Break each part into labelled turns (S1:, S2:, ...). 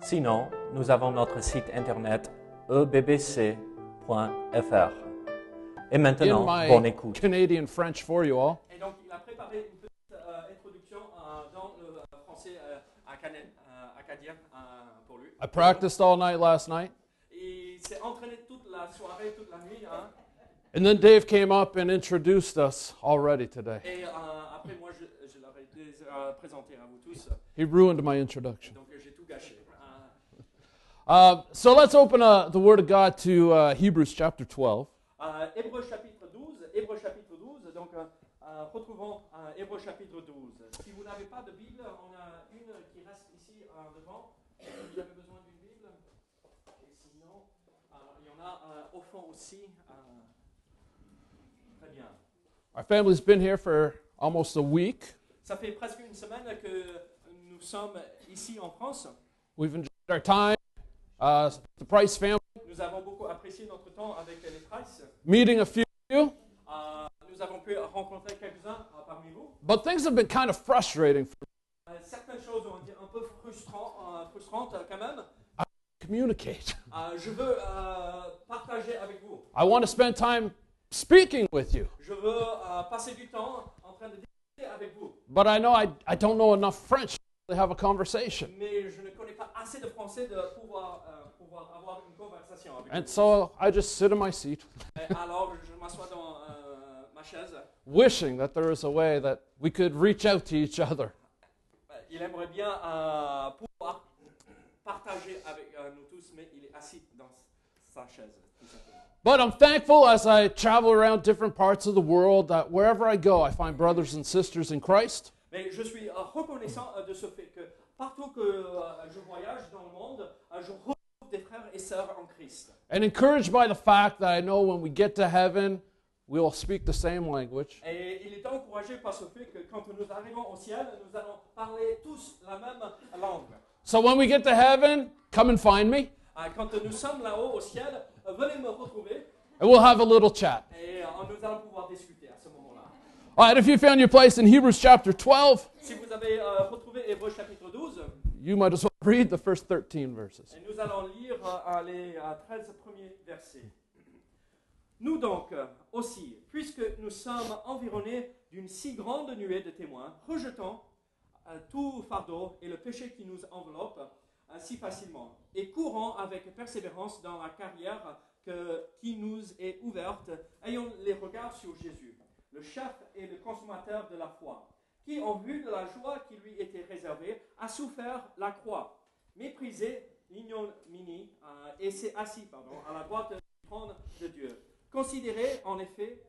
S1: Sinon, nous avons notre site internet e ebbc.fr. Et
S2: in
S1: maintenant,
S2: my
S1: bonne écoute.
S2: Canadian French for you all.
S3: Et donc, il a préparé une petite euh, introduction euh, dans le euh, français euh, acadien, euh, acadien, euh, pour lui.
S2: I practiced all night last night,
S3: Il s'est entraîné toute la soirée, toute la nuit. hein.
S2: and then Dave came up and introduced us already today.
S3: et euh, après, moi, je, je l'aurais déjà présenté à vous tous.
S2: He ruined my introduction.
S3: Donc, j'ai tout gâché. Euh,
S2: Uh, so let's open uh, the Word of God to uh, Hebrews chapter 12.
S3: euh, Hébreux chapitre 12. Hébreux chapitre 12. Donc, euh, euh, retrouvons euh, Hébreux chapitre 12. Si vous n'avez pas de Bible, on a une qui reste ici euh, devant. Si vous avez besoin d'une Bible. Et sinon, euh, il y en a euh, au fond aussi. euh. très bien.
S2: Our family's been here for almost a week.
S3: Ça fait presque une semaine que nous sommes ici en France.
S2: We've enjoyed our time. Uh, the Price family,
S3: Nous avons beaucoup apprécié notre temps avec les Price.
S2: meeting a few of you,
S3: Euh, nous avons pu rencontrer quelques-uns euh, parmi vous.
S2: but things have been kind of frustrating for
S3: Euh, certaines choses ont été un peu frustrant, euh, frustrantes euh, quand même.
S2: me to communicate.
S3: Euh, je veux euh, partager avec vous.
S2: I want to spend time speaking with you,
S3: Je veux euh, passer du temps en train de discuter avec vous.
S2: but I know I, I don't know enough French to have a conversation.
S3: Mais je ne connais pas assez de français de pouvoir, euh, pouvoir avoir une conversation avec
S2: And
S3: vous.
S2: so I just sit in my seat,
S3: Et alors, je m'assois dans euh, ma chaise.
S2: wishing that there is a way that we could reach out to each other.
S3: Euh, Il aimerait bien euh, pouvoir partager avec euh, nous tous, mais il est assis dans sa chaise. tout simplement.
S2: But I'm thankful as I travel around different parts of the world that wherever I go, I find brothers and sisters in Christ.
S3: Mais je suis euh, reconnaissant euh, de ce fait que partout que euh, je voyage dans le monde, euh, je retrouve des frères et sœurs en Christ.
S2: And encouraged by the fact that I know when we get to heaven, we will speak the same language.
S3: Et il est encouragé par ce fait que quand nous arrivons au ciel, nous allons parler tous la même langue.
S2: So when we get to heaven, come and find me,
S3: Ah, Quand nous sommes là-haut au ciel, euh, venez me retrouver
S2: and we'll have a little chat.
S3: et euh, nous allons pouvoir discuter à ce moment-là.
S2: All right, if you found your place in Hebrews chapter 12,
S3: Si vous avez euh, retrouvé Hébreux chapitre 12,
S2: you might as well read the first 13 verses.
S3: Et nous allons lire euh, les euh, 13 premiers versets. Nous donc euh, aussi, puisque nous sommes environnés d'une si grande nuée de témoins, rejetons euh, tout fardeau et le péché qui nous enveloppe euh, si facilement, et courons avec persévérance dans la carrière que- qui nous est ouverte, ayons les regards sur Jésus, le chef et le consommateur de la foi, qui, en vue de la joie qui lui était réservée, a souffert la croix méprisé l'ignominie euh, et s'est assis pardon, à la droite du trône de Dieu. Considérez en effet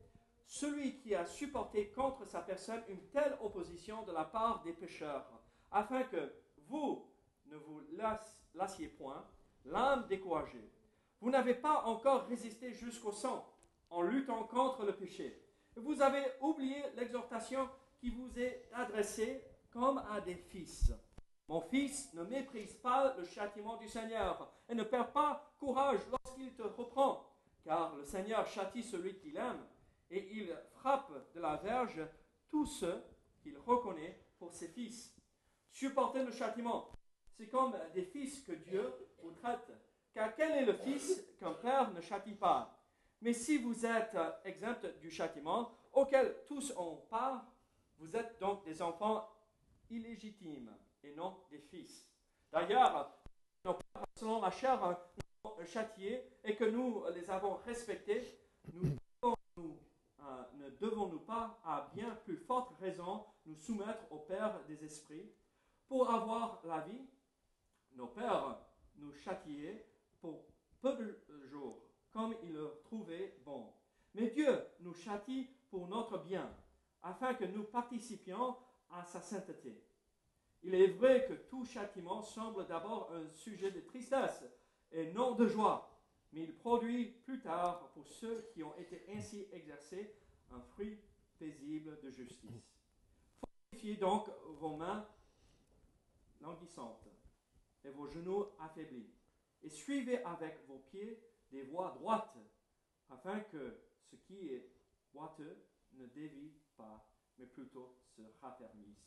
S3: celui qui a supporté contre sa personne une telle opposition de la part des pécheurs, afin que vous ne vous lasse- lassiez point, l'âme découragée. Vous n'avez pas encore résisté jusqu'au sang en luttant contre le péché. Vous avez oublié l'exhortation qui vous est adressée comme à des fils. Mon fils, ne méprise pas le châtiment du Seigneur et ne perds pas courage lorsqu'il te reprend, car le Seigneur châtie celui qu'il aime et il frappe de la verge tous ceux qu'il reconnaît pour ses fils. Supportez le châtiment. C'est comme des fils que Dieu vous traite, car quel est le fils qu'un père ne châtie pas Mais si vous êtes exempt du châtiment auquel tous ont part, vous êtes donc des enfants illégitimes et non des fils. D'ailleurs, nos pères, selon la chair, nous avons châtiés euh, et que nous les avons respectés, nous devons nous, euh, ne devons-nous pas, à bien plus forte raison, nous soumettre au Père des esprits pour avoir la vie Nos pères nous châtiaient pour peu de jours, comme ils le trouvaient bon. Mais Dieu nous châtie pour notre bien, afin que nous participions à sa sainteté. Il est vrai que tout châtiment semble d'abord un sujet de tristesse et non de joie, mais il produit plus tard pour ceux qui ont été ainsi exercés un fruit paisible de justice. Fortifiez donc vos mains languissantes et vos genoux affaiblis, et suivez avec vos pieds des voies droites, afin que ce qui est boiteux ne dévie pas, mais plutôt se raffermisse.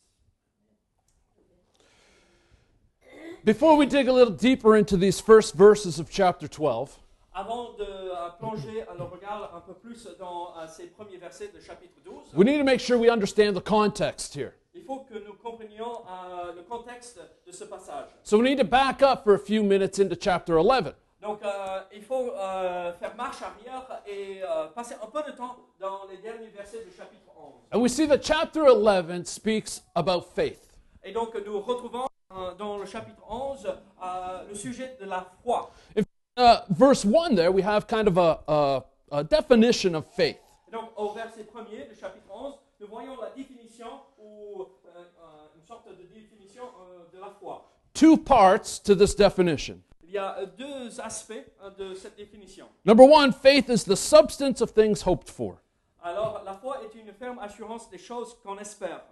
S2: Before we dig a little deeper into these first verses of chapter 12,
S3: Avant de euh, plonger le regard un peu plus dans euh, ces premiers versets de chapitre 12,
S2: we need to make sure we understand the context here.
S3: il faut que nous comprenions euh, le contexte de ce passage.
S2: So we need to back up for a few minutes into chapter 11.
S3: Donc, euh, il faut euh, faire marche arrière et euh, passer un peu de temps dans les derniers versets du chapitre 11.
S2: And we see that chapter 11 speaks about faith.
S3: Et donc, nous retrouvons euh, dans le chapitre 11 euh, le sujet de la foi.
S2: Uh, verse 1 there, we have kind of a, a, a definition of faith.
S3: Et donc, au verset 1er du chapitre 11, nous voyons la définition ou euh, euh, une sorte de définition euh, de la foi.
S2: Two parts to this definition.
S3: Il y a euh, deux aspects euh, de cette définition.
S2: Number one, faith is the substance of things hoped for.
S3: Alors, la foi est une ferme assurance des choses qu'on espère.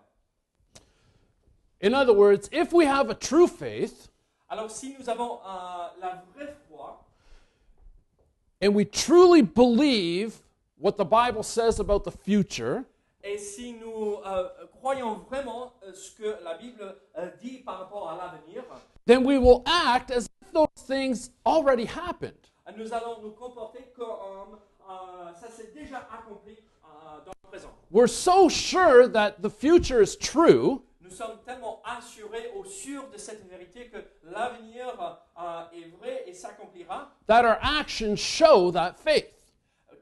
S2: In other words, if we have a true faith
S3: Alors, si nous avons euh, la vraie foi,
S2: and we truly believe what the Bible says about the future,
S3: Et si nous euh, croyons vraiment euh, ce que la Bible euh, dit par rapport à l'avenir, euh,
S2: then we will act as if those things already happened.
S3: euh, nous allons nous comporter comme euh, ça s'est déjà accompli euh, dans le présent.
S2: We're so sure that the future is true
S3: Nous sommes tellement assurés au sûr de cette vérité que l'avenir euh, est vrai et s'accomplira
S2: that our actions show that faith.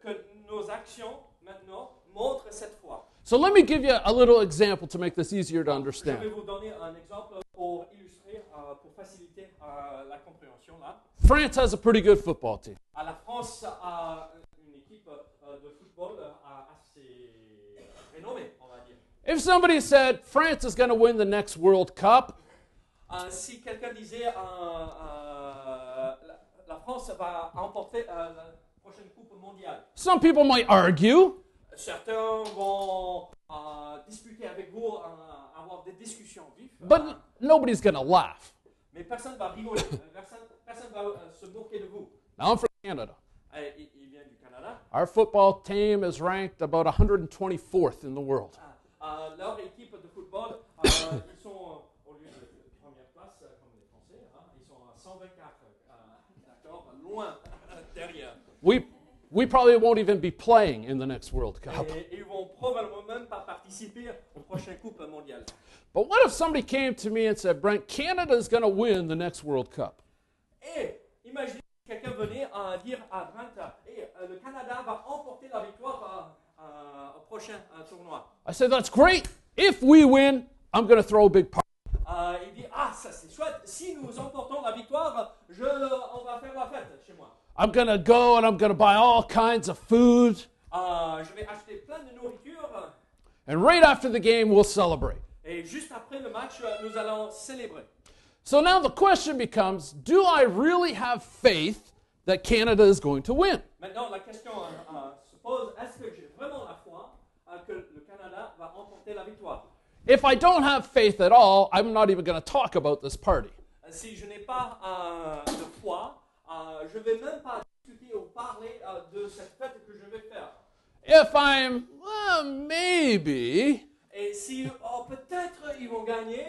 S3: que nos actions maintenant montrent cette foi.
S2: So let me give you a little example to make this easier
S3: Je vais
S2: to understand.
S3: vous donner un exemple pour illustrer, euh, pour faciliter euh, la compréhension là.
S2: France has a pretty good football team.
S3: à la France a une équipe euh, de football euh, assez renommée, on va dire.
S2: If somebody said France is going to win the next World Cup,
S3: Euh, si quelqu'un disait euh, euh, la, la France va emporter euh, la prochaine Coupe mondiale,
S2: some people might argue,
S3: certains vont euh, discuter avec vous, euh, avoir des discussions vives, euh,
S2: but nobody's going to laugh.
S3: mais personne va rigoler, euh, personne, personne va euh, se moquer de vous.
S2: Now I'm from Canada.
S3: Euh, il, il vient du Canada.
S2: Our football team is ranked about 124th in the world.
S3: Euh, leur équipe de football, euh, ils sont euh, au lieu de première place, euh, comme les Français, hein, ils sont à 124, euh, d'accord, loin derrière.
S2: We, we probably won't even be playing in the next World Cup.
S3: Et ils vont probablement même pas participer aux prochaines Coupes mondiales.
S2: But what if somebody came to me and said, Brent, Canada is going to win the next World Cup?
S3: Et imaginez que quelqu'un venait à dire à Brent, euh, et le Canada va emporter la victoire euh, euh, au prochain euh, tournoi.
S2: I said, that's great. If we win, I'm going to throw a big party.
S3: Euh, il dit, ah, ça c'est chouette, si nous emportons la victoire, je, on va faire la fête chez moi.
S2: I'm going to go and I'm going to buy all kinds of food.
S3: Euh, je vais acheter plein de nourriture.
S2: And right after the game, we'll celebrate.
S3: Et juste après le match, euh, nous allons célébrer.
S2: So now the question becomes do I really have faith that Canada is going to win?
S3: Maintenant, la question euh, euh, se pose, est-ce que j'ai vraiment la foi euh, que le Canada va remporter la victoire
S2: If I don't have faith at all, I'm not even going to talk about this party.
S3: Euh, Si je n'ai pas euh, de foi, euh, je ne vais même pas discuter ou parler euh, de cette fête que je vais faire.
S2: If I'm, well, maybe,
S3: Et si, oh, peut-être ils vont gagner,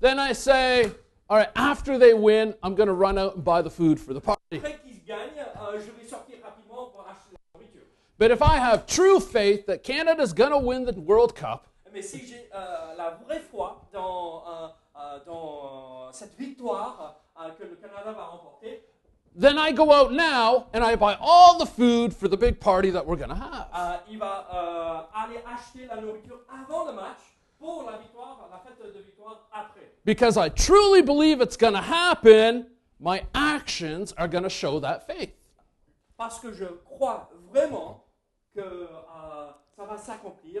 S2: then I say, all right, after they win, I'm going to run out and buy the food for the party.
S3: après qu'ils gagnent, euh, je vais sortir rapidement pour acheter de la nourriture.
S2: But if I have true faith that Canada's going to win the World Cup,
S3: Mais si j'ai euh, la vraie foi dans, euh, euh, dans cette victoire euh, que le Canada va remporter,
S2: then I go out now and I buy all the food for the big party that we're going to have.
S3: Euh, il va euh, aller acheter la nourriture avant le match pour la victoire, la fête de victoire après.
S2: Because I truly believe it's going to happen, my actions are going to show that faith.
S3: Parce que je crois vraiment que euh, ça va s'accomplir.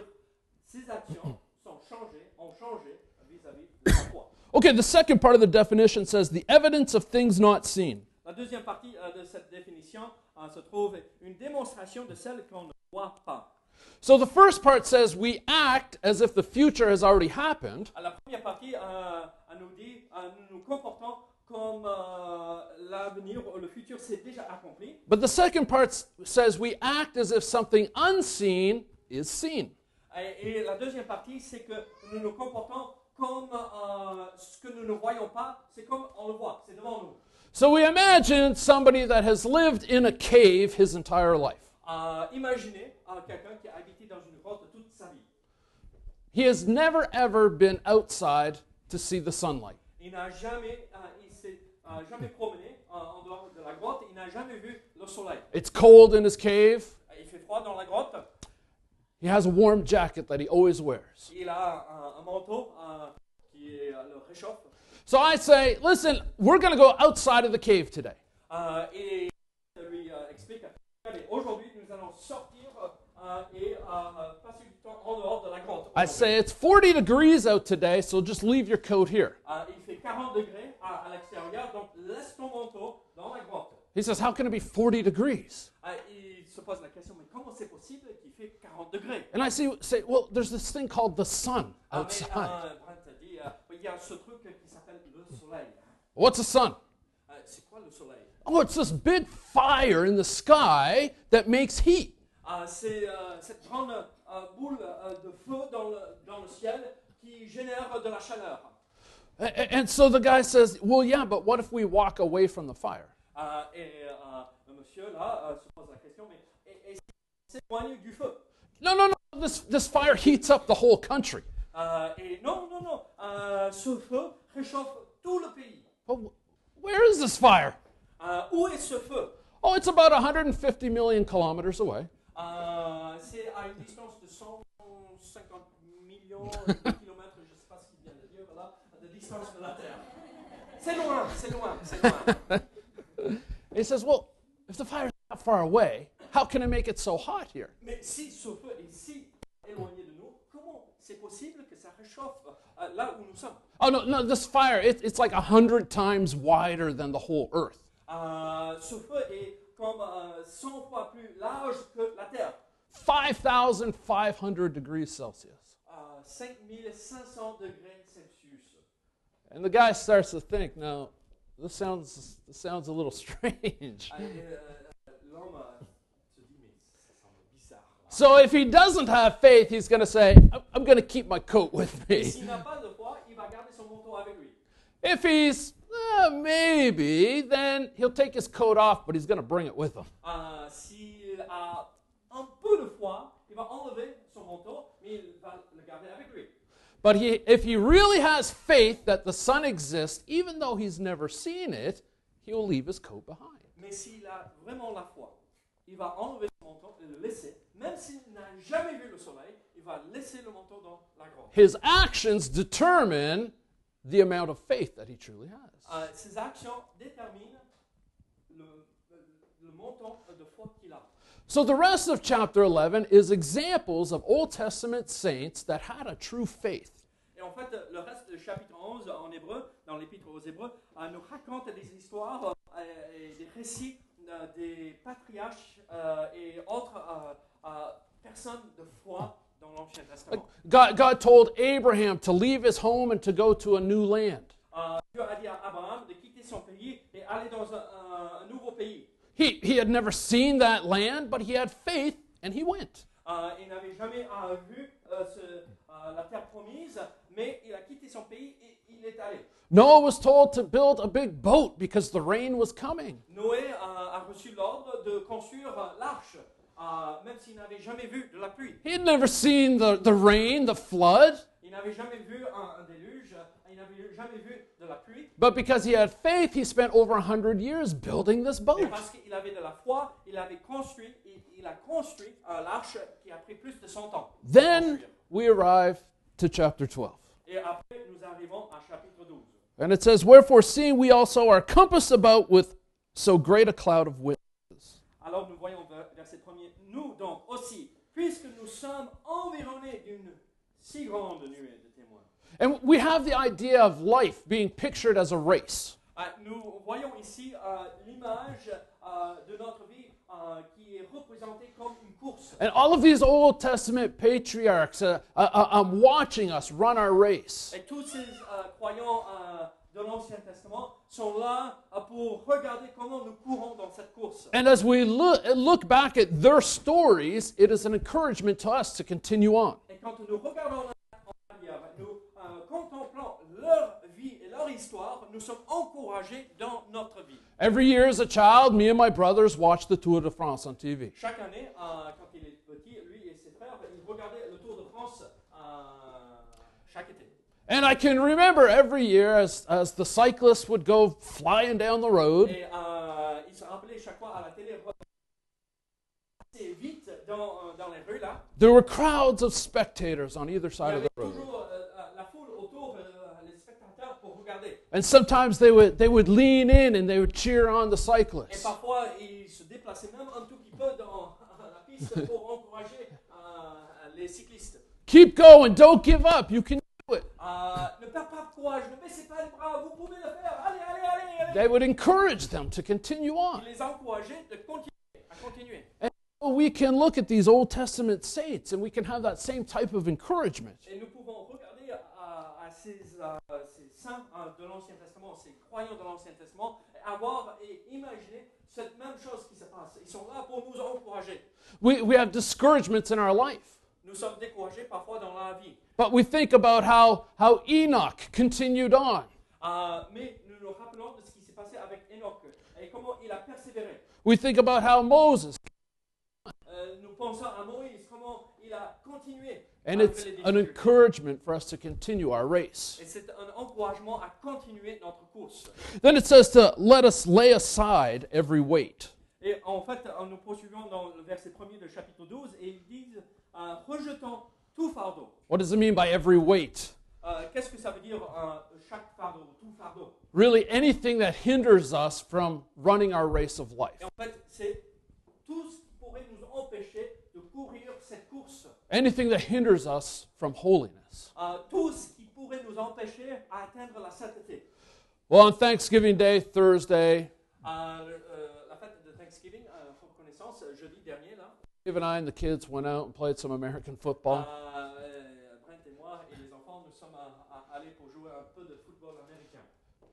S3: Ces actions sont changées, ont changé vis-à-vis vis-à-vis de la foi.
S2: Okay, the second part of the definition says the evidence of things not seen.
S3: La deuxième partie euh, de cette définition euh, se trouve une démonstration de celle qu'on ne voit pas.
S2: So the first part says we act as if the future has already happened,
S3: À la première partie, euh, elle nous dit, euh, nous nous comportons comme euh, l'avenir, le futur s'est déjà accompli.
S2: but the second part s- says we act as if something unseen is seen.
S3: Et, et la deuxième partie, c'est que nous nous comportons comme euh, ce que nous ne voyons pas, c'est comme on le voit, c'est devant nous.
S2: So we imagine somebody that has lived in a cave his entire life.
S3: Euh, imaginez euh, quelqu'un qui a habité dans une grotte toute sa vie.
S2: He has never ever been outside to see the sunlight.
S3: Il n'a jamais, euh, il s'est euh, jamais promené euh, en dehors de la grotte. Il n'a jamais vu le soleil.
S2: It's cold in his cave.
S3: Ah, Il fait froid dans la grotte.
S2: He has a warm jacket that he always wears.
S3: Il a un, un manteau euh, qui euh, le réchauffe.
S2: So I say, listen, we're going to go outside of the cave today.
S3: Euh, et je lui euh, explique Regardez, aujourd'hui, nous allons sortir euh, et euh, euh, passer du temps en dehors de la grotte.
S2: I say, it's 40 degrees out today, so just leave your coat here.
S3: Euh, il fait 40 degrés à, à l'extérieur, donc laisse ton manteau dans la grotte.
S2: He says, how can it be 40 degrees?
S3: Euh, il se pose la question mais comment c'est possible qu'il fait 40 degrés
S2: And I see, say, well, there's this thing called the sun
S3: Ah, mais,
S2: outside.
S3: euh, Brent a dit, euh, il y a ce truc qui s'appelle le soleil.
S2: What's the sun?
S3: Euh, c'est quoi le soleil
S2: Oh, it's this big fire in the sky that makes heat.
S3: Ah, C'est euh, cette grande euh, boule euh, de feu dans le, dans le ciel qui génère de la chaleur.
S2: A- a- And so the guy says, well, yeah, but what if we walk away from the fire?
S3: Euh, et euh, le monsieur, là, euh, se pose la question, mais et- et s'il s'éloigne du feu
S2: No, no, no, this, this fire heats up the whole country.
S3: Euh, Et non, non, non, euh, ce feu réchauffe tout le pays.
S2: But wh- where is this fire?
S3: Euh, où est ce feu
S2: Oh, it's about 150 million kilometers away.
S3: Euh, C'est à une distance de 150 millions de kilomètres, je ne sais pas ce qu'il vient de dire, là, de distance de la Terre. C'est loin, c'est loin, c'est loin.
S2: And he says, Well, if the fire's that far away, how can I make it so hot here?
S3: Mais si ce feu est si éloigné de nous, comment c'est possible que ça réchauffe euh, là où nous sommes
S2: Oh, no, no, this fire, it, it's like 100 times wider than the whole earth.
S3: Euh, Ce feu est comme euh, 100 fois plus large que la Terre.
S2: 5,500 degrees Celsius.
S3: Euh, 5500 degrés Celsius.
S2: And the guy starts to think, Now, this sounds, this sounds a little strange.
S3: Euh, euh, L'homme euh, se dit, mais ça semble bizarre.
S2: So if he doesn't have faith, he's going to say, "I'm- I'm going to keep my coat with
S3: Et
S2: me.
S3: s'il n'a pas de foi, il va garder son manteau avec lui.
S2: If he's "Uh, maybe, then he'll take his coat off, but he's going to bring it with him.
S3: Euh, s'il a un peu de foi, il va enlever son manteau, mais il va le garder avec lui.
S2: But he, if he really has faith that the sun exists, even though he's never seen it, he'll leave his coat behind.
S3: Mais s'il a vraiment la foi, il va enlever son manteau et le laisser. Même s'il n'a jamais vu le soleil, il va laisser le manteau dans la grotte.
S2: His actions determine the amount of faith that he truly has.
S3: Euh, ses actions déterminent le, le- le montant de foi qu'il a.
S2: So the rest of chapter 11 is examples of Old Testament saints that had a true faith.
S3: Et en fait, le reste du chapitre 11 en hébreu, dans l'épître aux Hébreux, euh, nous raconte des histoires euh, et des récits euh, des patriarches euh, et autres euh, euh, personnes de foi dans l'Ancien Testament.
S2: God, God told Abraham to leave his home and to go to a new land.
S3: Euh, Dieu a dit à Abraham de quitter son pays et aller dans un, un- un nouveau pays.
S2: He, he had never seen that land, but he had faith and he went.
S3: Euh, il n'avait jamais euh, vu euh, ce- euh, la terre promise, mais il a quitté son pays et il est allé.
S2: Noah was told to build a big boat because the rain was coming.
S3: Noé euh, a reçu l'ordre de construire euh, l'arche, euh, même s'il n'avait jamais vu de la pluie.
S2: He had never seen the, the rain, the flood,
S3: Il n'avait jamais vu un, un déluge, il n'avait jamais vu de la pluie,
S2: but because he had faith, he spent over a 100 years building this
S3: mais
S2: boat.
S3: parce qu'il avait de la foi, il avait construit, il, il a construit euh, l'arche qui a pris plus de 100 ans. pour
S2: Then
S3: construire.
S2: we arrive to chapter 12.
S3: Et après, nous arrivons à chapitre 12.
S2: And it says, Wherefore, seeing we also are compassed about with so great a cloud of witnesses.
S3: Alors nous voyons ver- verset 1er. Nous donc aussi, puisque nous sommes environnés d'une si grande nuée de témoins.
S2: And we have the idea of life being pictured as a race.
S3: Ah, Nous voyons ici euh, l'image euh, de notre vie euh, qui est représentée comme une course.
S2: And all of these Old Testament patriarchs uh, uh, uh, um, watching us run our race.
S3: Et tous ces euh, croyants euh, de l'Ancien Testament sont là euh, pour regarder comment nous courons dans cette course.
S2: And as we look, look back at their stories, it is an encouragement to us to continue on.
S3: Et quand nous regardons en arrière, nous euh, contemplons leur vie et leur histoire, nous sommes encouragés dans notre vie.
S2: Every year as a child, me and my brothers watched the Tour de France on TV.
S3: Chaque année, euh, quand il est petit, lui et ses frères, ben, ils regardaient le Tour de France euh, chaque été.
S2: And I can remember every year as, as the cyclists would go flying down the road,
S3: Et euh, ils se rappelaient chaque fois à la télé assez vite dans, euh, dans les rues là.
S2: there were crowds of spectators on either
S3: Il y
S2: side of
S3: avait
S2: the road.
S3: toujours euh, euh, la foule autour, euh, les spectateurs pour regarder.
S2: And sometimes they would, they would lean in and they would cheer on the
S3: Et
S2: cyclists.
S3: parfois, ils se déplaçaient même un tout petit peu dans la piste pour encourager euh, les cyclistes.
S2: Keep going, don't give up, you can do it.
S3: Euh, ne perds pas de courage, ne baissez pas les bras, vous pouvez le faire. Allez, allez, allez, allez.
S2: They would encourage them to continue on.
S3: Il les encourageait de continuer, à continuer.
S2: Well, we can look at these Old Testament saints and we can have that same type of encouragement.
S3: Et nous pouvons regarder à, à ces, euh, ces saints euh, de l'Ancien Testament, ces croyants de l'Ancien Testament, et avoir et imaginer cette même chose qui se passe. Ils sont là pour nous encourager.
S2: We, we have discouragements in our life,
S3: Nous sommes découragés parfois dans la vie.
S2: but we think about how, how Enoch continued on.
S3: Euh, mais nous nous rappelons de ce qui s'est passé avec Enoch et comment il a persévéré.
S2: We think about how Moses,
S3: Euh, nous pensons à Moïse, comment il a continué.
S2: and
S3: malgré
S2: it's
S3: les
S2: an
S3: difficultés.
S2: encouragement for us to continue our race.
S3: Et c'est un encouragement à continuer notre course.
S2: Then it says to let us lay aside every weight.
S3: Et en fait, en nous poursuivons dans le verset 1er de chapitre 12, et ils disent euh, rejetons tout fardeau.
S2: What does it mean by every weight?
S3: Euh, Qu'est-ce que ça veut dire euh, chaque fardeau, tout fardeau
S2: Really, anything that hinders us from running our race of life.
S3: Et en fait, c'est tout ce qui pourrait nous empêcher de courir cette course.
S2: Anything that hinders us from holiness.
S3: Euh, tout ce qui pourrait nous empêcher à atteindre la sainteté.
S2: Well, on Thanksgiving Day, Thursday,
S3: Euh, le- euh, la fête de Thanksgiving, euh, reconnaissance, jeudi dernier, là,
S2: Dave and I and the kids went out and played some American football.
S3: euh, euh, Brent et moi et les enfants, nous sommes à- à- allés pour jouer un peu de football américain.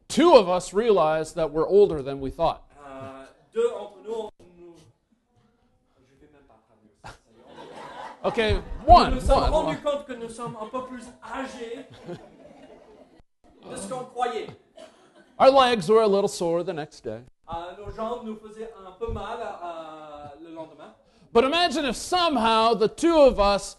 S2: Two of us realized that we're older than we thought.
S3: Euh, deux entre nous, nous- je vais même pas traduire ça. ça y est, on est-
S2: Okay, one,
S3: Nous nous sommes
S2: one,
S3: rendus
S2: one.
S3: compte que nous sommes un peu plus âgés de ce qu'on croyait.
S2: Our legs were a little sore the next day.
S3: Euh, nos jambes nous faisaient un peu mal euh, le lendemain.
S2: But imagine if somehow the two of us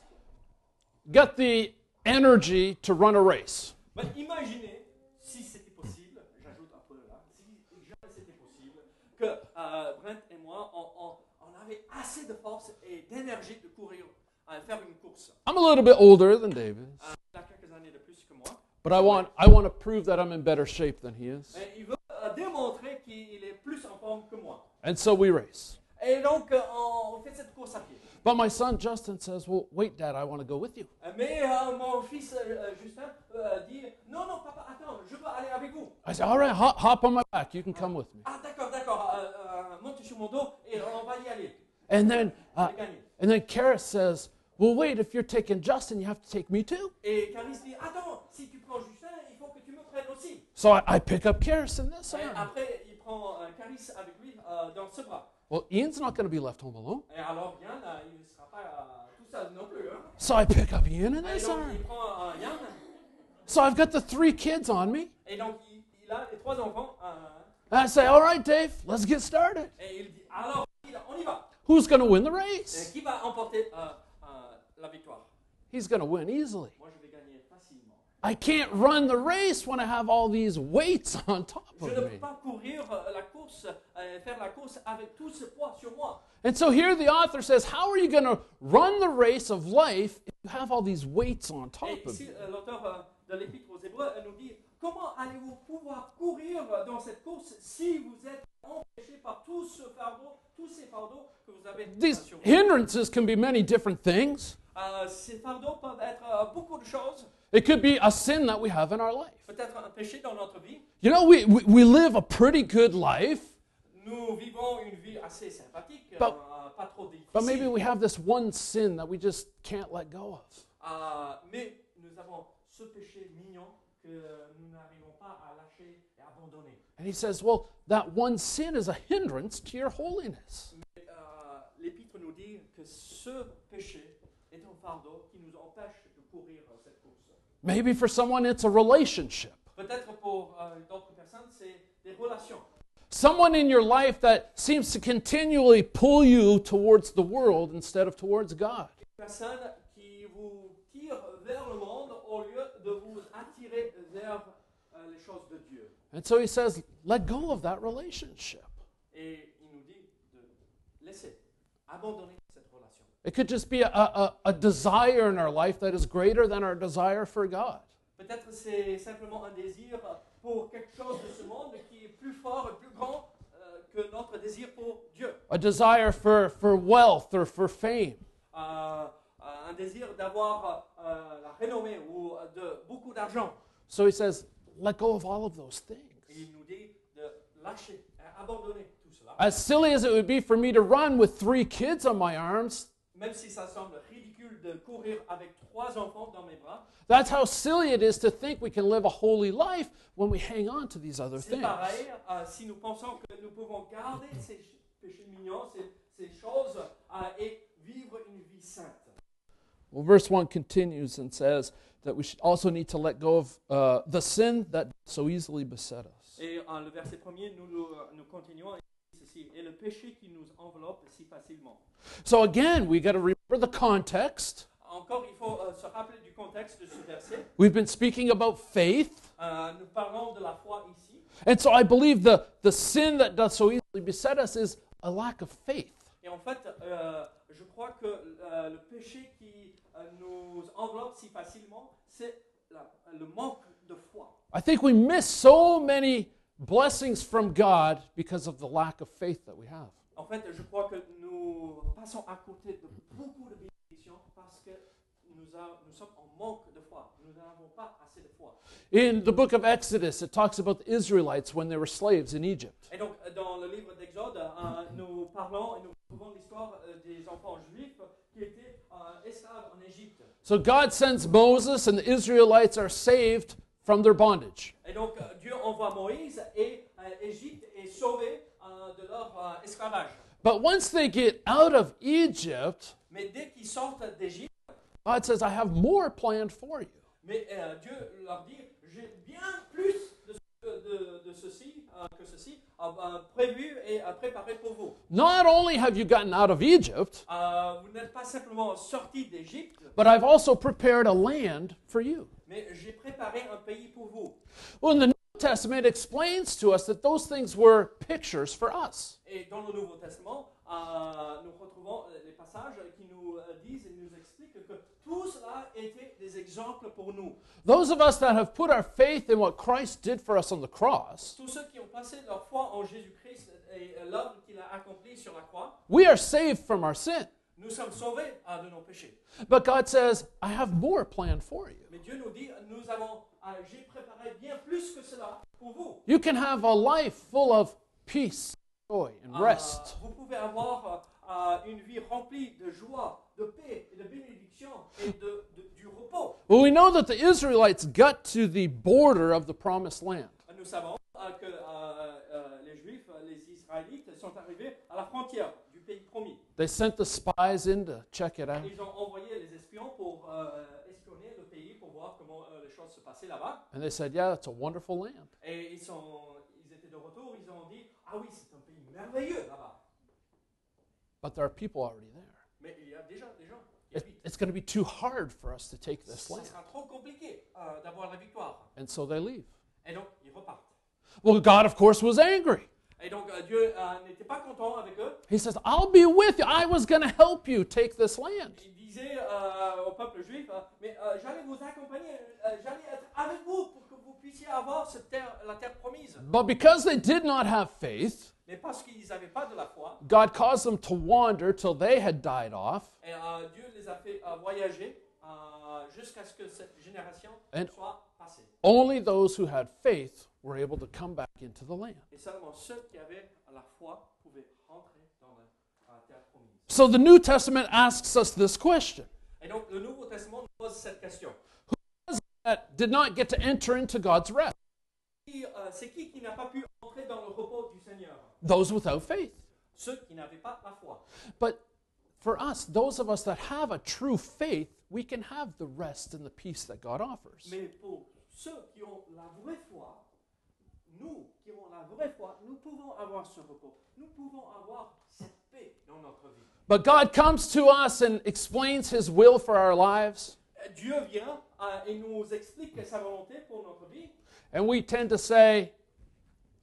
S2: got the energy to run a race.
S3: Mais imaginez, si c'était possible, j'ajoute un peu là, si jamais c'était possible, que euh, Brent et moi, on, on- on avait assez de force et d'énergie de courir, à faire une course.
S2: I'm a little bit older than David,
S3: Euh, il a quelques années de plus que moi.
S2: but I want I want to prove that I'm in better shape than he is.
S3: Et il veut euh, démontrer qu'il est plus en forme que moi.
S2: And so we race.
S3: Et donc, euh, on on fait cette course à pied.
S2: But my son Justin says, "Well, wait, Dad, I want to go with you."
S3: Euh, Mais euh, mon fils euh, euh, Justin euh, dit Non, non, papa, attends, je veux aller avec vous.
S2: I said, "All right, hop, hop on my back. You can come with me."
S3: Ah, d'accord, d'accord, euh, euh, monte sur mon dos et on va y aller.
S2: And then uh,
S3: J'ai gagné.
S2: And then Kara says, Well, wait, if you're taking Justin, you have to take me too.
S3: Et Caris dit Attends, si tu prends Justin, il faut que tu me prennes aussi.
S2: So I, I pick up Karis in this
S3: Et
S2: arm.
S3: après, il prend euh, Caris avec lui euh, dans ce bras.
S2: Well, Ian's not going to be left home alone.
S3: Et alors, Yann, euh, il ne sera pas euh, tout seul non plus. Hein.
S2: So I pick up Ian in
S3: Et
S2: this
S3: donc,
S2: arm.
S3: il prend euh, Yann,
S2: So I've got the three kids on me.
S3: et donc, il, il a les trois enfants. euh,
S2: And I say, All right, Dave, let's get started.
S3: Et il dit alors, il- on y va.
S2: Who's going to win the
S3: Et
S2: race?
S3: qui va emporter euh, euh, la victoire
S2: He's going to win easily.
S3: Moi, je vais gagner facilement.
S2: I can't run the race when I have all these weights on top
S3: Je ne
S2: of
S3: peux
S2: me.
S3: pas courir euh, la course, euh, faire la course avec tout ce poids sur moi.
S2: And so here the author says, How are you going to run the race of life if you have all these weights on
S3: Et
S2: top of
S3: ici,
S2: you?
S3: euh, l'auteur euh, de l'Épître aux Hébreux euh, nous dit comment allez-vous pouvoir courir dans cette course si vous êtes empêché par tout ce fardeau, tous ces fardeaux que vous avez euh,
S2: These
S3: sur vous
S2: hindrances can be many different things.
S3: Euh, Ces fardeaux peuvent être euh, beaucoup de choses.
S2: It could be a sin that we have in our life.
S3: peut-être un péché dans notre vie.
S2: You know, we, we, we live a pretty good life,
S3: Nous vivons une vie assez sympathique,
S2: But-
S3: euh, pas trop difficile.
S2: but maybe we have this one sin that we just can't let go of.
S3: Euh, mais nous avons ce péché mignon que nous n'arrivons pas à lâcher et abandonner.
S2: And he says, well, that one sin is a hindrance to your holiness.
S3: Mais, euh, L'Épître nous dit que ce péché est un fardeau qui nous empêche de courir euh, cette course.
S2: Maybe for someone, it's a relationship.
S3: Peut-être pour euh, d'autres personnes, c'est des relations.
S2: Someone in your life that seems to continually pull you towards the world instead of towards God.
S3: Personnes qui vous tirent vers le monde au lieu de vous attirer vers euh, les choses de Dieu.
S2: And so he says, let go of that relationship.
S3: Et il nous dit de laisser, abandonner cette relation.
S2: It could just be a, a, a desire in our life that is greater than our desire for God.
S3: Peut-être c'est simplement un désir pour quelque chose de ce monde qui est plus fort et plus grand euh, que notre désir pour Dieu.
S2: A desire for, for wealth or for fame.
S3: Euh, un désir d'avoir euh, la renommée ou euh, de beaucoup d'argent.
S2: So he says, let go of all of those
S3: Et
S2: things.
S3: il nous dit de lâcher, euh, abandonner tout cela.
S2: As silly as it would be for me to run with three kids on my arms,
S3: Même si ça semble ridicule de courir avec trois enfants dans mes bras,
S2: that's how silly it is to think we can live a holy life when we hang on to these other
S3: c'est
S2: things.
S3: pareil euh, si nous pensons que nous pouvons garder ces ch- péchés mignons, ces, ces choses euh, et vivre une vie sainte.
S2: Well, verse 1 continues and says that we should also need to let go of uh, the sin that so easily beset us.
S3: Et en le verset premier, nous, le- nous continuons et dit ceci et le péché qui nous enveloppe si facilement.
S2: So, again, we got to remember the context.
S3: Encore, il faut euh, se rappeler du contexte de ce verset.
S2: We've been speaking about faith.
S3: Euh, nous parlons de la foi ici,
S2: And so, I believe the, the sin that does so easily beset us is a lack of faith.
S3: et en fait, euh, je crois que euh, le péché qui euh, nous enveloppe si facilement, c'est la- le manque de foi.
S2: I think we miss so many blessings from God because of the lack of faith that we have.
S3: En fait, je crois que nous passons à côté de beaucoup de bénédictions parce que nous, a- nous sommes en manque de foi. Nous n'avons pas assez de foi.
S2: In the book of Exodus, it talks about the Israelites when they were slaves in Egypt.
S3: Et donc, euh, dans le livre d'Exode, euh, nous parlons et nous trouvons l'histoire euh, des enfants juifs qui étaient euh, esclaves en Égypte.
S2: So God sends Moses, and the Israelites are saved from their bondage.
S3: Et donc, euh, Dieu envoie Moïse et euh, Égypte est sauvée euh, de leur euh, esclavage.
S2: But once they get out of Egypt,
S3: Mais dès qu'ils sortent d'Égypte,
S2: God says, I have more planned for you.
S3: mais euh, Dieu leur dit j'ai bien plus de, ce- de- de ceci euh, que ceci euh, euh, prévu et euh, préparé pour vous.
S2: Not only have you gotten out of Egypt,
S3: Euh, vous n'êtes pas simplement sortis d'Égypte,
S2: but I've also prepared a land for you.
S3: mais j'ai préparé un pays pour vous.
S2: Well, in the New Testament explains to us that those things were pictures for us.
S3: Et dans le Nouveau Testament, euh, nous retrouvons euh, les passages qui nous euh, disent et nous expliquent que tout cela était des exemples pour nous.
S2: Those of us that have put our faith in what Christ did for us on the cross,
S3: Tous ceux qui ont passé leur foi en Jésus-Christ et euh, l'œuvre qu'il a accomplie sur la croix,
S2: we are saved from our sin.
S3: nous sommes sauvés euh, de nos péchés.
S2: But God says, I have more planned for you.
S3: Mais Dieu nous dit, nous avons, euh, j'ai préparé bien plus que cela pour vous.
S2: You can have a life full of peace, joy, and
S3: Euh,
S2: rest.
S3: vous pouvez avoir euh, euh, une vie remplie de joie, de paix, et de bénédiction et de- de- du repos.
S2: Well, we know that the Israelites got to the border of the promised land.
S3: Nous savons euh, que euh, euh, les Juifs, euh, les Israélites sont arrivés à la frontière du pays promis.
S2: They sent the spies in to check it out,
S3: Ils ont envoyé les espions pour euh, espionner le pays, pour voir comment euh, les choses se passaient là-bas.
S2: and they said, Yeah, it's a wonderful land.
S3: Et ils, sont, ils étaient de retour, ils ont dit, ah oui, c'est un pays merveilleux là-bas.
S2: But there are people already there.
S3: Mais il y a déjà des gens qui
S2: It-
S3: habitent.
S2: it's going to be too hard for us to take this
S3: Ça
S2: land.
S3: sera trop compliqué euh, d'avoir la victoire.
S2: And so they leave.
S3: Et donc, ils repartent.
S2: Well, God, of course, was angry.
S3: Et donc, euh, Dieu euh, n'était pas content avec eux.
S2: He says, I'll be with you. I was going to help you take this land.
S3: Il disait euh, au peuple juif, euh, mais euh, j'allais vous accompagner, euh, j'allais être avec vous pour que vous puissiez avoir cette terre, la terre promise.
S2: But because they did not have faith,
S3: Mais parce qu'ils n'avaient pas de la foi,
S2: God caused them to wander till they had died off.
S3: et, euh, Dieu les a fait euh, voyager euh, jusqu'à jusqu'à ce que cette génération
S2: And-
S3: soit passée.
S2: Only those who had faith were able to come back into the land.
S3: Et seulement ceux qui avaient la foi pouvaient rentrer dans la, la terre promise.
S2: So the New Testament asks us this question
S3: Et donc, le Nouveau Testament nous pose cette question.
S2: that did not get to enter into God's rest,
S3: Qui, euh, C'est qui qui n'a pas pu entrer dans le repos du Seigneur
S2: those without faith.
S3: Ceux qui n'avaient pas la foi.
S2: But for us, those of us that have a true faith, we can have the rest and the peace that God offers.
S3: Mais pour ceux qui ont la vraie foi, nous qui avons la vraie foi, nous pouvons avoir ce repos. Nous pouvons avoir cette paix dans notre vie.
S2: But God comes to us and explains His will for our lives,
S3: Euh, Dieu vient euh, et nous explique sa volonté pour notre vie.
S2: and we tend to say,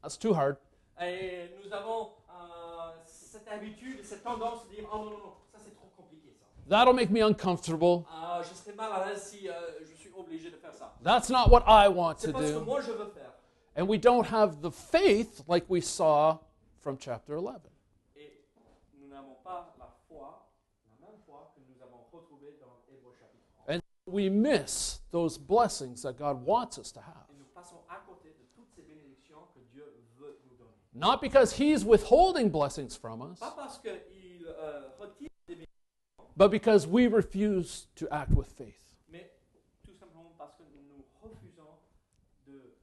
S2: That's too hard.
S3: Et nous avons euh, cette habitude, cette tendance de dire Oh non, non, non, ça c'est trop compliqué ça.
S2: That'll make me uncomfortable.
S3: Ah, je serais mal à l'aise si euh, je suis obligé de faire ça.
S2: That's not what I want to
S3: C'est parce que
S2: do.
S3: moi je veux faire.
S2: And we don't have the faith like we saw from chapter 11.
S3: Et nous n'avons pas la foi, la même foi que nous avons retrouvée dans Hébreux chapitre 11.
S2: And we miss those blessings that God wants us to have.
S3: Et nous passons à côté de toutes ces bénédictions que Dieu veut nous donner.
S2: Not because He's withholding blessings from us,
S3: Pas parce qu'il retire des bénédictions,
S2: but because we refuse to act with faith.
S3: mais tout simplement parce que nous refusons de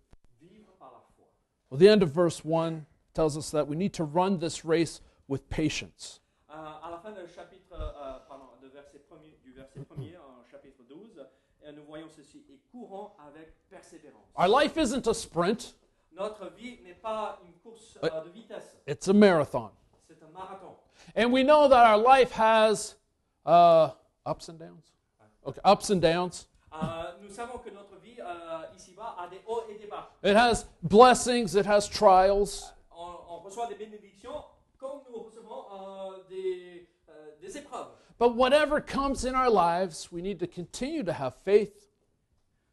S3: vivre par la foi.
S2: Well, the end of verse 1 tells us that we need to run this race with patience.
S3: Euh, à la fin du chapitre, euh, pardon, de verset premier, du verset 1er en chapitre 12, et nous voyons ceci, et courons avec persévérance.
S2: Our life isn't a sprint,
S3: Notre vie n'est pas une course
S2: Ouais.
S3: euh, de vitesse,
S2: it's a marathon.
S3: c'est un marathon.
S2: And we know that our life has uh, ups and downs. Okay, ups and downs.
S3: Euh, nous savons que notre vie euh, ici-bas a des hauts et des bas.
S2: It has blessings, it has trials.
S3: On, on reçoit des bénédictions comme nous recevons euh, des, euh, des épreuves.
S2: But whatever comes in our lives, we need to continue to have faith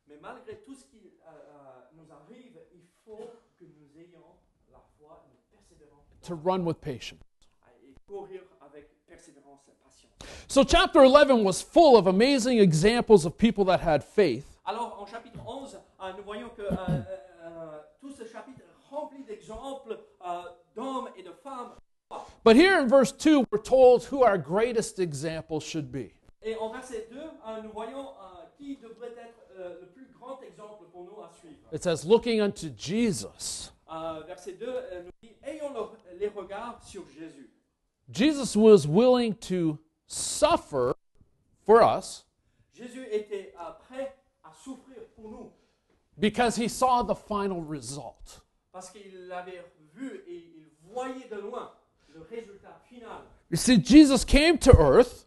S3: Mais malgré tout ce qui euh, euh, nous arrive, il faut que nous ayons la foi, nous persévérons
S2: to run with patience.
S3: et courir avec persévérance et patience.
S2: So, chapter 11 was full of amazing examples of people that had faith.
S3: Alors, en chapitre 11, euh, nous voyons que euh, euh, euh, tout ce chapitre est rempli d'exemples euh, d'hommes et de femmes.
S2: But here in verse 2, we're told who our greatest example should be.
S3: Et en verset 2, euh, nous voyons euh, qui devrait être euh, le plus grand exemple pour nous à suivre.
S2: It says, looking unto Jesus.
S3: Euh, verset 2 euh, nous dit Ayons le- les regards sur Jésus.
S2: Jesus was willing to suffer for us
S3: Jésus était euh, prêt à souffrir pour nous
S2: because he saw the final result.
S3: parce qu'il l'avait vu et il voyait de loin le résultat final.
S2: You see, Jesus came to earth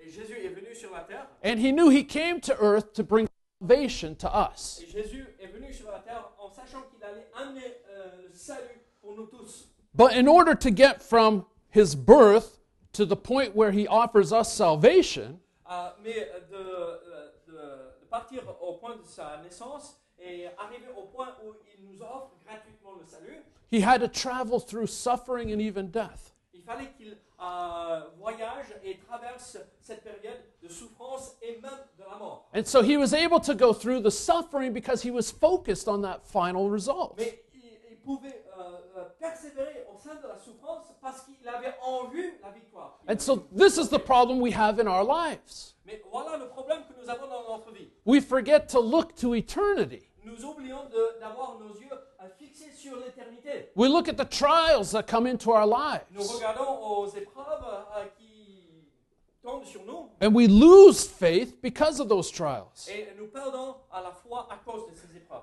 S3: Et Jésus est venu sur la terre.
S2: and he knew he came to earth to bring salvation to us.
S3: Et Jésus est venu sur la terre en sachant qu'il allait amener euh, le salut pour nous tous.
S2: But in order to get from his birth to the point where he offers us salvation,
S3: Euh, mais euh, de, euh, de- de partir au point de sa naissance et arriver au point où il nous offre gratuitement le salut,
S2: he had to travel through suffering and even death.
S3: il fallait qu'il euh, voyage et traverse cette période de souffrance et même de la mort.
S2: And so he was able to go through the suffering because he was focused on that final result.
S3: Mais il, il pouvait euh, euh, persévérer au sein de la souffrance parce qu'il avait en vue la victoire.
S2: And so this is the problem we have in our lives.
S3: Mais voilà le problème que nous avons dans notre vie.
S2: We forget to look to eternity.
S3: Nous oublions de- d'avoir nos yeux euh, fixés sur l'éternité.
S2: We look at the trials that come into our
S3: Nous
S2: lives.
S3: regardons aux épreuves euh, qui tombent sur nous
S2: And we lose faith because of those trials.
S3: et nous perdons à la foi à cause de ces épreuves.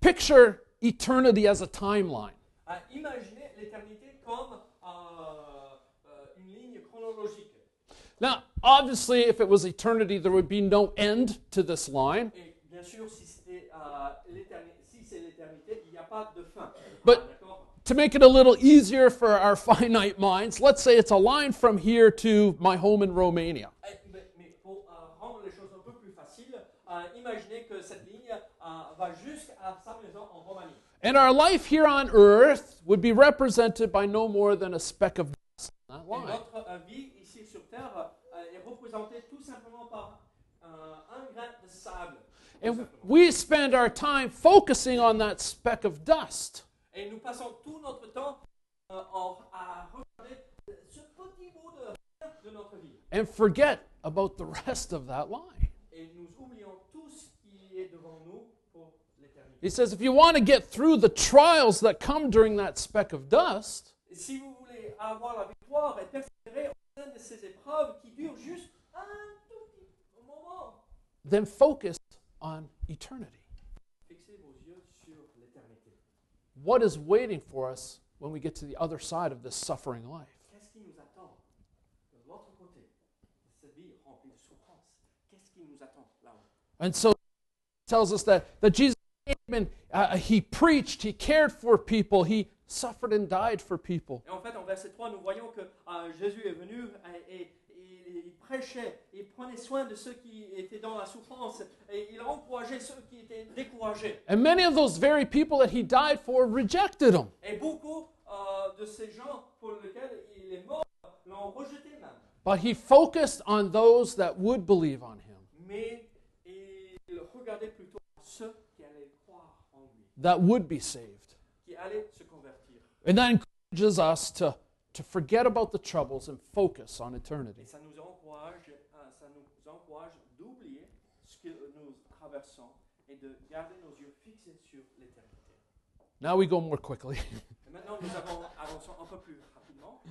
S2: Picture eternity as a timeline.
S3: Euh, imaginez l'éternité comme euh, euh, une ligne chronologique.
S2: Now, obviously, if it was eternity, there would be no end to this line.
S3: Et bien sûr, si c'était, euh, l'éterni- si c'est l'éternité, il n'y a pas de fin.
S2: But-
S3: Ah, d'accord
S2: To make it a little easier for our finite minds, let's say it's a line from here to my home in Romania.
S3: Eh, mais, mais pour euh, rendre les choses un peu plus faciles, euh, imaginez que cette ligne euh, va jusqu'à sa maison en Roumanie.
S2: And our life here on earth would be represented by no more than a speck of dust on that
S3: Et
S2: line.
S3: notre euh, vie ici sur Terre euh, est représentée tout simplement par euh, sable. tout
S2: And
S3: simplement.
S2: we spend our time focusing on that speck of dust.
S3: Et nous passons tout notre temps euh, en- à regarder ce petit bout de rien de notre vie.
S2: and forget about the rest of that line.
S3: Et nous oublions tout ce qui est devant nous pour l'éternité.
S2: He says, if you want to get through the trials that come during that speck of dust,
S3: Et si vous voulez avoir la victoire et persévérer au sein de ces épreuves qui durent juste un tout petit moment,
S2: then focus on eternity.
S3: fixez vos yeux sur l'éternité.
S2: What is waiting for us when we get to the other side of this suffering life?
S3: Qu'est-ce qui nous attend de l'autre côté de cette vie remplie de souffrance Qu'est-ce qui nous attend là-haut
S2: And so it tells us that, that Jesus came and uh, he preached, he cared for people, he suffered and died for people.
S3: Et en fait, en verset 3, nous voyons que euh, Jésus est venu et, et- et il prêchait, il prenait soin de ceux qui étaient dans la souffrance, et il encourageait ceux qui étaient découragés.
S2: And many of those very people that he died for rejected him.
S3: Et beaucoup euh, de ces gens pour lesquels il est mort l'ont rejeté même.
S2: But he focused on those that would believe on him.
S3: Mais il regardait plutôt ceux qui allaient croire en lui,
S2: that would be saved.
S3: qui allaient se convertir.
S2: And that encourages us to, to forget about the troubles and focus on eternity.
S3: Et ça nous encourage, euh, ça nous encourage d'oublier ce que nous traversons et de garder nos yeux fixés sur l'éternité.
S2: Now we go more quickly.
S3: Et maintenant, nous avons, avançons un peu plus rapidement.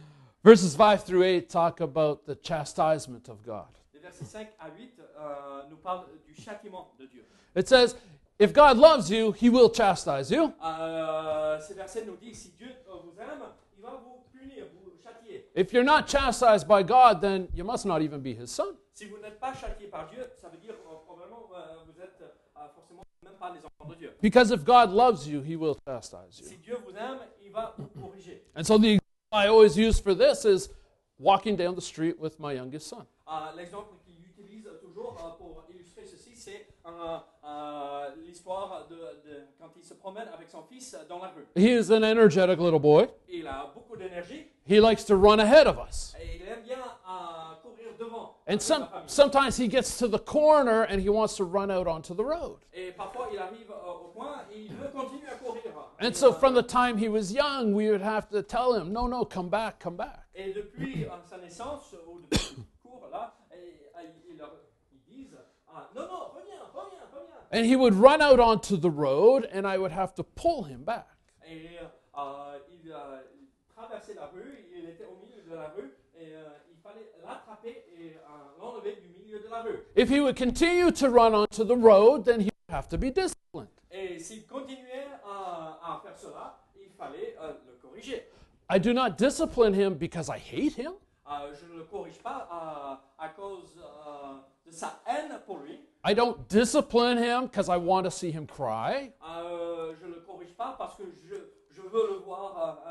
S2: Verses 5 through 8 talk about the chastisement of God.
S3: Les versets 5 à 8 euh, nous parlent du châtiment de Dieu.
S2: It says, If God loves you, he will chastise you.
S3: Euh, ces versets nous disent si Dieu euh, vous aime, il va vous punir, vous châtier.
S2: If you're not chastised by God, then you must not even be his son.
S3: Si vous n'êtes pas châtié par Dieu, ça veut dire euh, probablement euh, vous êtes euh, forcément même pas les enfants de Dieu.
S2: Because if God loves you, he will chastise you.
S3: Si Dieu vous aime, il va vous corriger.
S2: And so the example I always use for this is walking down the street with my youngest son.
S3: Euh, L'exemple qu'il utilise toujours euh, pour illustrer ceci, c'est euh, euh, l'histoire de, de quand il se promène avec son fils euh, dans la rue.
S2: He is an energetic little boy.
S3: Il a beaucoup d'énergie.
S2: He likes to run ahead of us.
S3: Et il aime bien euh, courir devant.
S2: And
S3: avec
S2: some,
S3: la famille.
S2: sometimes he gets to the corner and he wants to run out onto the road.
S3: Et parfois, il arrive euh, au point et il veut continuer à courir.
S2: And
S3: Et,
S2: so
S3: euh,
S2: from the time he was young, we would have to tell him, no, no, come back, come back.
S3: et depuis euh, sa naissance, ou depuis qu'il court là, et, euh, ils leur ils disent Ah, Non, non, reviens, reviens, reviens.
S2: And he would run out onto the road and I would have to pull him back.
S3: Et euh, il, euh, il traversait la rue, il était au milieu de la rue, et euh, il fallait l'attraper et euh, l'enlever du milieu de la rue.
S2: If he would continue to run onto the road, then he would have to be disciplined.
S3: Et s'il continuait euh, à, à faire cela, il fallait euh, le corriger.
S2: I do not discipline him because I hate him.
S3: Euh, je ne le corrige pas euh, à cause euh, de sa haine pour lui.
S2: I don't discipline him because I want to see him cry.
S3: Euh, je ne le corrige pas parce que je, je veux le voir euh,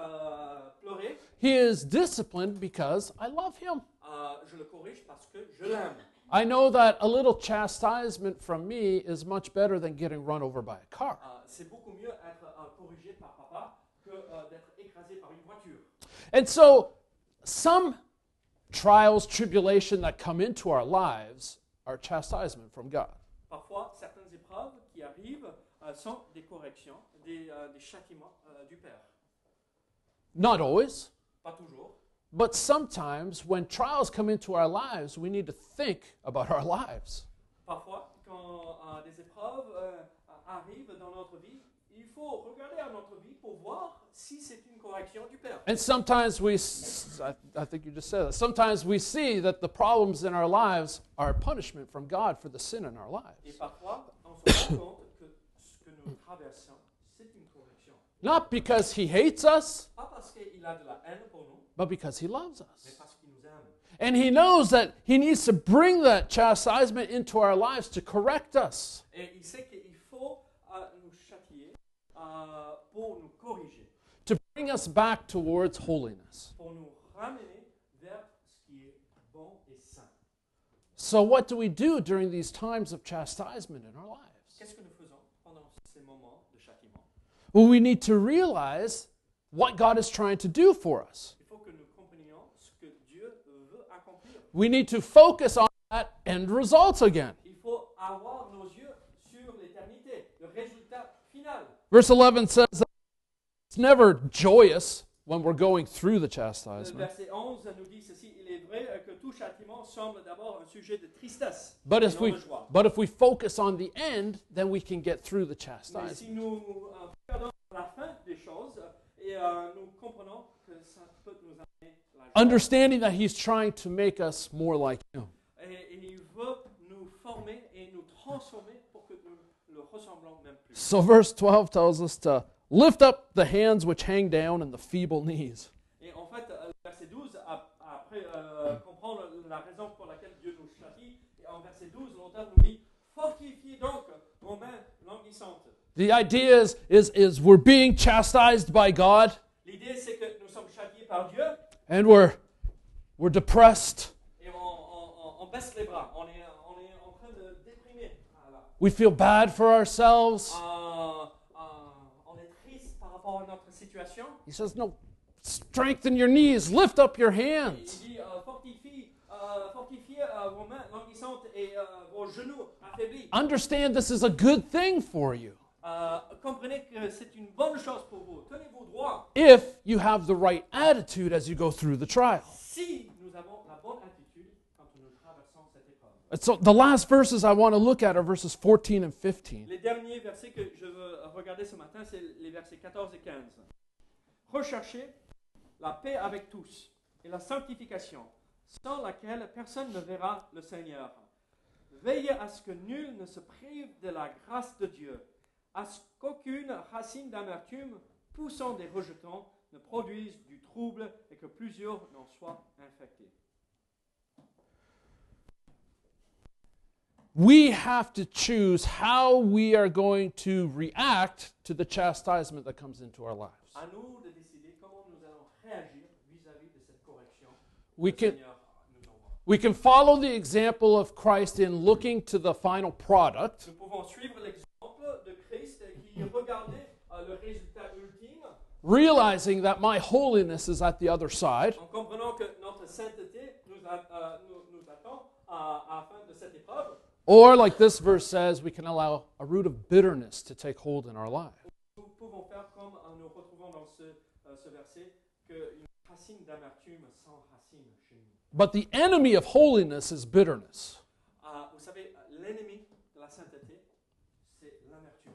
S3: euh, pleurer.
S2: He is disciplined because I love him.
S3: Euh, je le corrige parce que je l'aime.
S2: I know that a little chastisement from me is much better than getting run over by a car.
S3: Euh, C'est beaucoup mieux être euh, corrigé par papa que euh, d'être écrasé par une voiture.
S2: And so, some trials, tribulation that come into our lives are chastisement from God.
S3: Parfois, certaines épreuves qui arrivent euh, sont des corrections, des, euh, des châtiments euh, du Père.
S2: Not always,
S3: Pas toujours.
S2: but sometimes when trials come into our lives, we need to think about our lives.
S3: Parfois, quand euh, des épreuves euh, arrivent dans notre vie, il faut regarder à notre vie pour voir si c'est une correction du Père.
S2: And sometimes we, s- I, I think you just said that, sometimes we see that the problems in our lives are punishment from God for the sin in our
S3: Et
S2: lives.
S3: parfois, on se rend compte que ce que nous traversons, c'est une correction.
S2: Not because He hates us,
S3: Pas parce qu'il a de la haine pour nous,
S2: but because He loves us.
S3: mais parce qu'il nous aime.
S2: And he knows that he needs to bring that chastisement into our lives to correct us.
S3: Et il sait qu'il faut euh, nous châtier euh, pour nous corriger,
S2: To bring us back towards holiness.
S3: pour nous ramener vers ce qui est bon et sain.
S2: So, what do we do during these times of chastisement in our lives?
S3: Qu'est-ce que nous faisons pendant ces moments de châtiment
S2: Well, we need to realize what God is trying to do for us.
S3: Il faut que nous comprenions ce que Dieu veut accomplir.
S2: We need to focus on that end result again.
S3: Il faut avoir nos yeux
S2: Verse 11 says that it's never joyous when we're going through the
S3: Le
S2: chastisement,
S3: verset 11 nous dit ceci Il est vrai euh, que tout châtiment semble d'abord un sujet de tristesse,
S2: but
S3: et
S2: if
S3: non
S2: we
S3: de joie.
S2: but if we focus on the end, then we can get through the
S3: Mais
S2: chastisement.
S3: si nous euh, regardons la fin des choses euh, et euh, nous comprenons que ça peut nous amener la joie.
S2: Understanding that He's trying to make us more like Him.
S3: Et, et il veut nous former et nous transformer pour que nous le ressemblons même plus.
S2: So verse 12 tells us to lift up the hands which hang down and the feeble knees.
S3: Et en fait, euh, le verset 12, ap- après euh, comprendre la raison pour laquelle Dieu nous châtie, et en verset 12, l'auteur nous dit Fortifiez donc vos mains languissantes.
S2: The idea is, is, is we're being chastised by God
S3: L'idée, c'est que nous sommes châtiés par Dieu
S2: and we're, we're depressed.
S3: et on, on- on- on baisse les bras. On est, on est en train de déprimer. Voilà.
S2: We feel bad for ourselves.
S3: Euh, euh, on est triste par rapport à notre situation.
S2: He says, No, strengthen your knees, lift up your
S3: Il
S2: hands.
S3: dit euh, Fortifiez, euh, fortifiez, euh, vos mains languissantes et euh, vos genoux affaiblis.
S2: Understand this is a good thing for you
S3: Euh, comprenez que c'est une bonne chose pour vous. Tenez-vous droit
S2: if you have the right attitude as you go through the trial.
S3: si nous avons la bonne attitude quand nous traversons cette épreuve.
S2: And So the last verses I want to look at are verses 14 and 15.
S3: Les derniers versets que je veux regarder ce matin, c'est les versets 14 et 15. Recherchez la paix avec tous et la sanctification, sans laquelle personne ne verra le Seigneur. Veillez à ce que nul ne se prive de la grâce de Dieu, à ce qu'aucune racine d'amertume, poussant des rejetons, ne produise du trouble et que plusieurs n'en soient infectés.
S2: We have to choose how we are going to react to the chastisement that comes into our lives.
S3: À nous de décider comment nous allons réagir vis-à-vis de cette correction
S2: We
S3: que le
S2: can,
S3: Seigneur nous envoie.
S2: we can follow the example of Christ in looking to the final product,
S3: Nous pouvons suivre l'exemple de Christ qui regardait euh, le résultat ultime
S2: realizing that my holiness is at the other side.
S3: en comprenant que notre sainteté nous, a- euh, nous- nous attend à, à la fin de cette épreuve.
S2: Or, like this verse says, we can allow a root of bitterness to take hold in our life.
S3: Nous pouvons faire comme euh, nous retrouvons dans ce, euh, ce verset qu'une racine d'amertume sans racine chez nous.
S2: But the enemy of holiness is bitterness.
S3: Euh, vous savez, euh, l'ennemi de la sainteté, c'est l'amertume.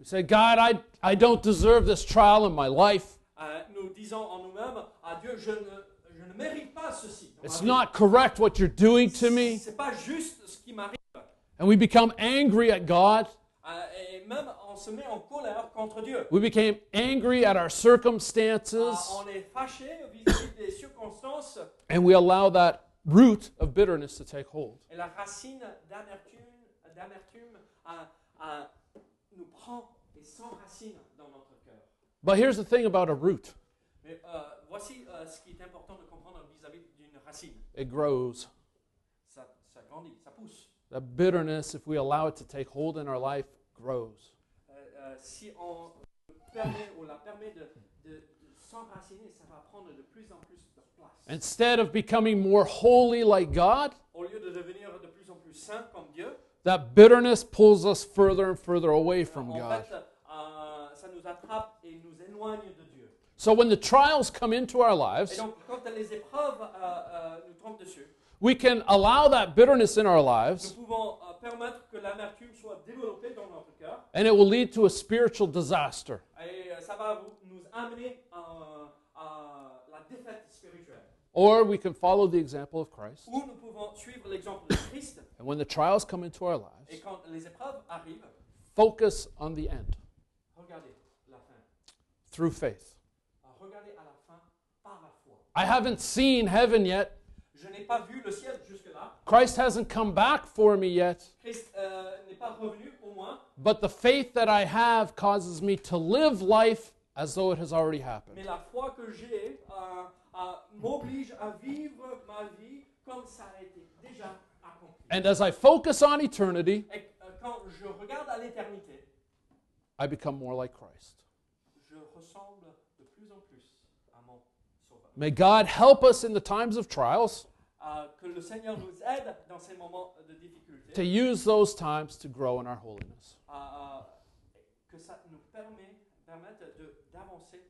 S2: We say, God, I, I don't deserve this trial in my life.
S3: Euh, nous disons en nous-mêmes à Dieu, je ne, je ne mérite pas ceci.
S2: It's not correct what you're doing to me.
S3: C'est pas juste ce qui m'arrive.
S2: And we become angry at God.
S3: Euh, et même on se met en colère contre Dieu.
S2: We became angry at our
S3: Euh,
S2: circumstances.
S3: on est fâché vis-à-vis des circonstances
S2: And we allow that root of bitterness to take hold.
S3: et la racine d'amertume, d'amertume euh, euh, nous prend et s'enracine dans notre cœur.
S2: But here's the thing about a root
S3: Mais euh, voici euh, ce qui est important de comprendre vis-à-vis d'une racine.
S2: it grows.
S3: Ça, ça grandit, ça pousse.
S2: That bitterness, if we allow it to take hold in our life, grows.
S3: Euh, euh, si on le permet ou la permet de, de- de s'enraciner, ça va prendre de plus en plus de place.
S2: Instead of becoming more holy like God,
S3: Au lieu de devenir de plus en plus saint comme Dieu,
S2: that bitterness pulls us further and further away from
S3: en
S2: God.
S3: fait, euh, ça nous attrape et nous éloigne de Dieu.
S2: So when the trials come into our
S3: Et
S2: lives,
S3: donc, quand les épreuves euh, euh, nous tombent dessus,
S2: we can allow that bitterness in our
S3: nous
S2: lives,
S3: pouvons euh, permettre que l'amertume soit développée dans notre cœur
S2: and it will lead to a spiritual disaster.
S3: et euh, ça va vous- nous amener à, à la défaite spirituelle.
S2: Or we can follow the example of Christ.
S3: Ou nous pouvons suivre l'exemple de Christ
S2: And when the trials come into our
S3: et
S2: lives,
S3: quand les épreuves arrivent,
S2: focus on the end
S3: regardez la fin. Euh,
S2: through faith.
S3: Regardez à la fin par la foi.
S2: I haven't seen heaven yet.
S3: Je n'ai pas vu le ciel jusque-là.
S2: Christ hasn't come back for me yet.
S3: Christ euh, n'est pas revenu au moins,
S2: But the faith that I have causes me to live life as though it has already happened.
S3: mais la foi que j'ai euh, euh, m'oblige à vivre ma vie comme ça a été déjà accompli.
S2: And as I focus on eternity,
S3: Et euh, quand je regarde à l'éternité,
S2: I become more like Christ.
S3: je ressemble de plus en plus à mon Sauveur.
S2: May God help us in the times of trials
S3: Euh, que le Seigneur nous aide dans ces moments de difficulté,
S2: to use those times to grow in our holiness.
S3: euh, euh, que ça nous permette permet- permettent de- d'avancer